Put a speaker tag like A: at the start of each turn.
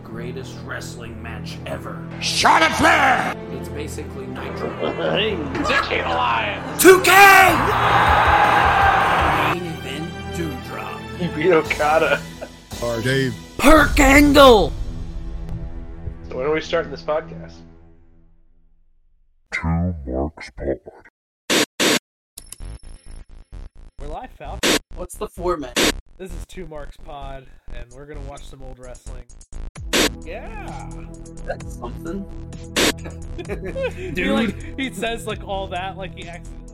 A: greatest wrestling match ever.
B: Charlotte Flair!
A: It's basically Nitro.
C: Decade Alliance!
A: 2K! Main event Dewdrop.
C: He beat Okada.
D: Or Dave.
A: Perk Angle!
C: So when are we starting this podcast?
D: Two Marks Pod.
E: We're live, Fal.
F: What's the format?
E: This is Two Marks Pod, and we're gonna watch some old wrestling. Yeah,
F: That's something.
E: dude. He, like he says like all that, like he accidentally